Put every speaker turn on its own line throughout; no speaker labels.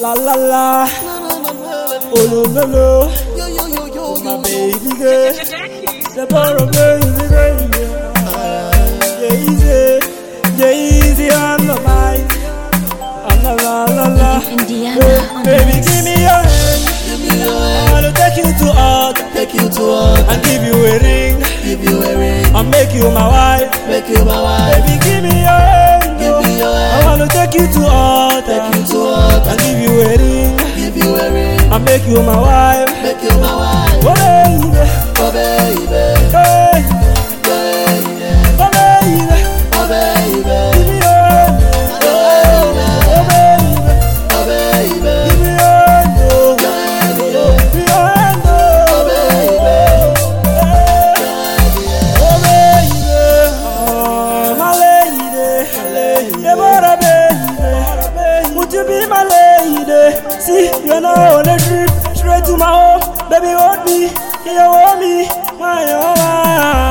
La la la, oh no no no, my baby girl, the power of your easy girl, yeah, yeah easy, yeah easy on the mind, on the la la la,
Indiana on the
baby
mix.
give me your hand,
Give me your
I
hand,
wanna take you to art
take you to work,
and give you a ring,
give you a ring,
I'll make you my wife,
make you my wife.
baby give me your hand,
Give me your
I
hand,
wanna take you to art
take
and
you to work,
give you a ring,
oh, give you a ring,
I'll make you my wife.
make you my wife.
Oh baby,
Oh baby,
hey,
baby,
oh baby,
oh baby,
give me your,
oh baby,
oh baby,
oh baby,
give me your, oh,
your hand, yeah.
give me your hand, oh, hey, oh baby, oh my lady, Deborah baby, would you be my lady? See, you know on a trip straight to my home, baby hold me, you hold me, my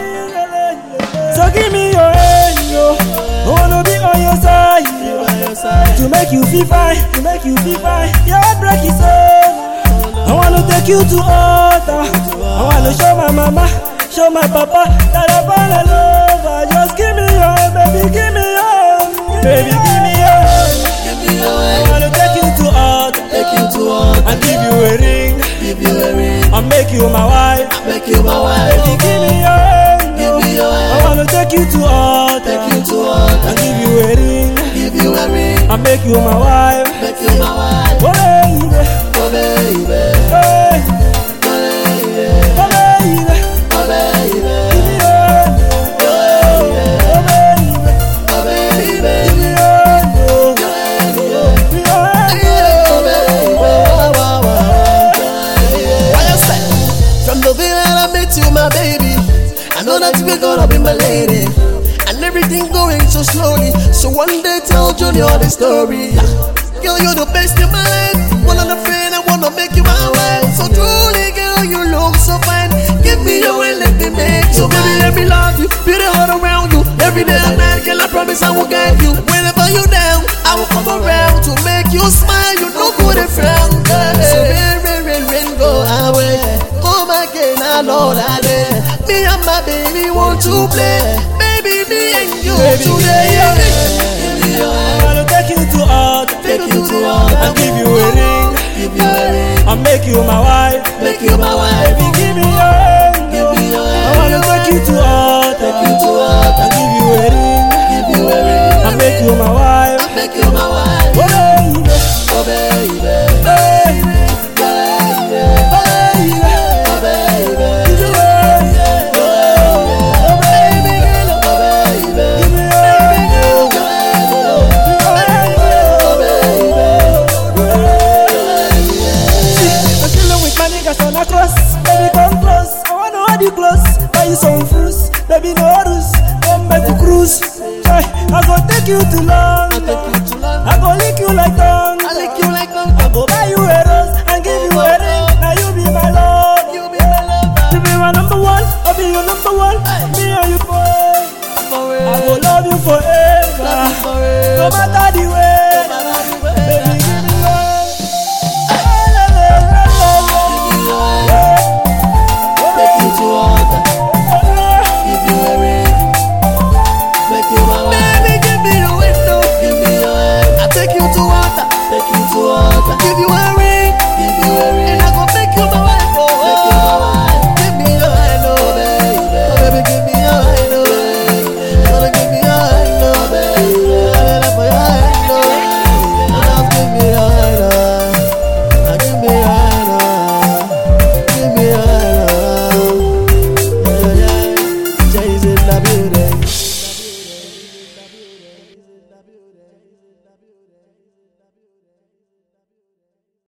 own. So give me your hand, yo. I wanna be on your side, yo. to make you feel fine, to make you feel fine. Your heartbreak is over. I wanna take you to altar. I wanna show my mama, show my papa that I fall in love. Ah, Just give me your hand, baby, give me your hand, baby, give me your hand.
Give me your
I
hand,
wanna take you to altar
take you to work,
and give you a ring.
give you a ring,
I'll make you my wife.
make you my
Baby,
wife.
give me your hand.
Give me your
I
hand,
wanna take you to altar
take you to work,
and give you a ring.
give you a ring,
I'll make you my wife.
make you my wife.
Oh, baby.
Oh baby,
Hey,
oh baby,
oh baby,
oh baby,
give me your hand. Oh baby, give
oh baby,
me your hand. Oh,
your hand, yeah.
give me your hand.
Oh, From the day that I met you, my baby, I know that you're gonna be my lady. And everything going so slowly. So one day tell Junior the story. Girl, you're the best in my life. One of the friend, I wanna make you my wife. So truly, girl, you look so fine. Give me your hand, let me make you mine. Let me love you, be the heart around you. Every day I'm mad, girl, I promise I will guide you. Whenever you're down, I will come around to make you smile. You know good and frown, girl. So rain, rain, rain, rain, go away. Oh my God, I know that day. Me and my baby want to play. Baby, me and you
Baby, give me
today.
your hand.
Give me your
I
hand,
wanna take you to art
take you to
and
all.
give you a ring.
Give you a ring,
I'll make you my wife.
make you my wife.
Baby, give me your hand.
Give me your
I wanna
hand,
take you to art
you
and
to all.
give you a ring.
Give you a ring,
I'll make you my wife.
make you my wife.
Oh baby,
Oh baby,
baby,
baby,
baby,
oh baby.
give me your hand. Oh baby, girl, give me your hand. Oh, give me your hand. I'm chilling with my niggas on a cross. Baby, come close. I wanna hold you close. Buy you some fruits. Baby, no rules. Come back to cruise. Try. I go take you to London. I go lick you like tongue. I go
oh, oh, oh,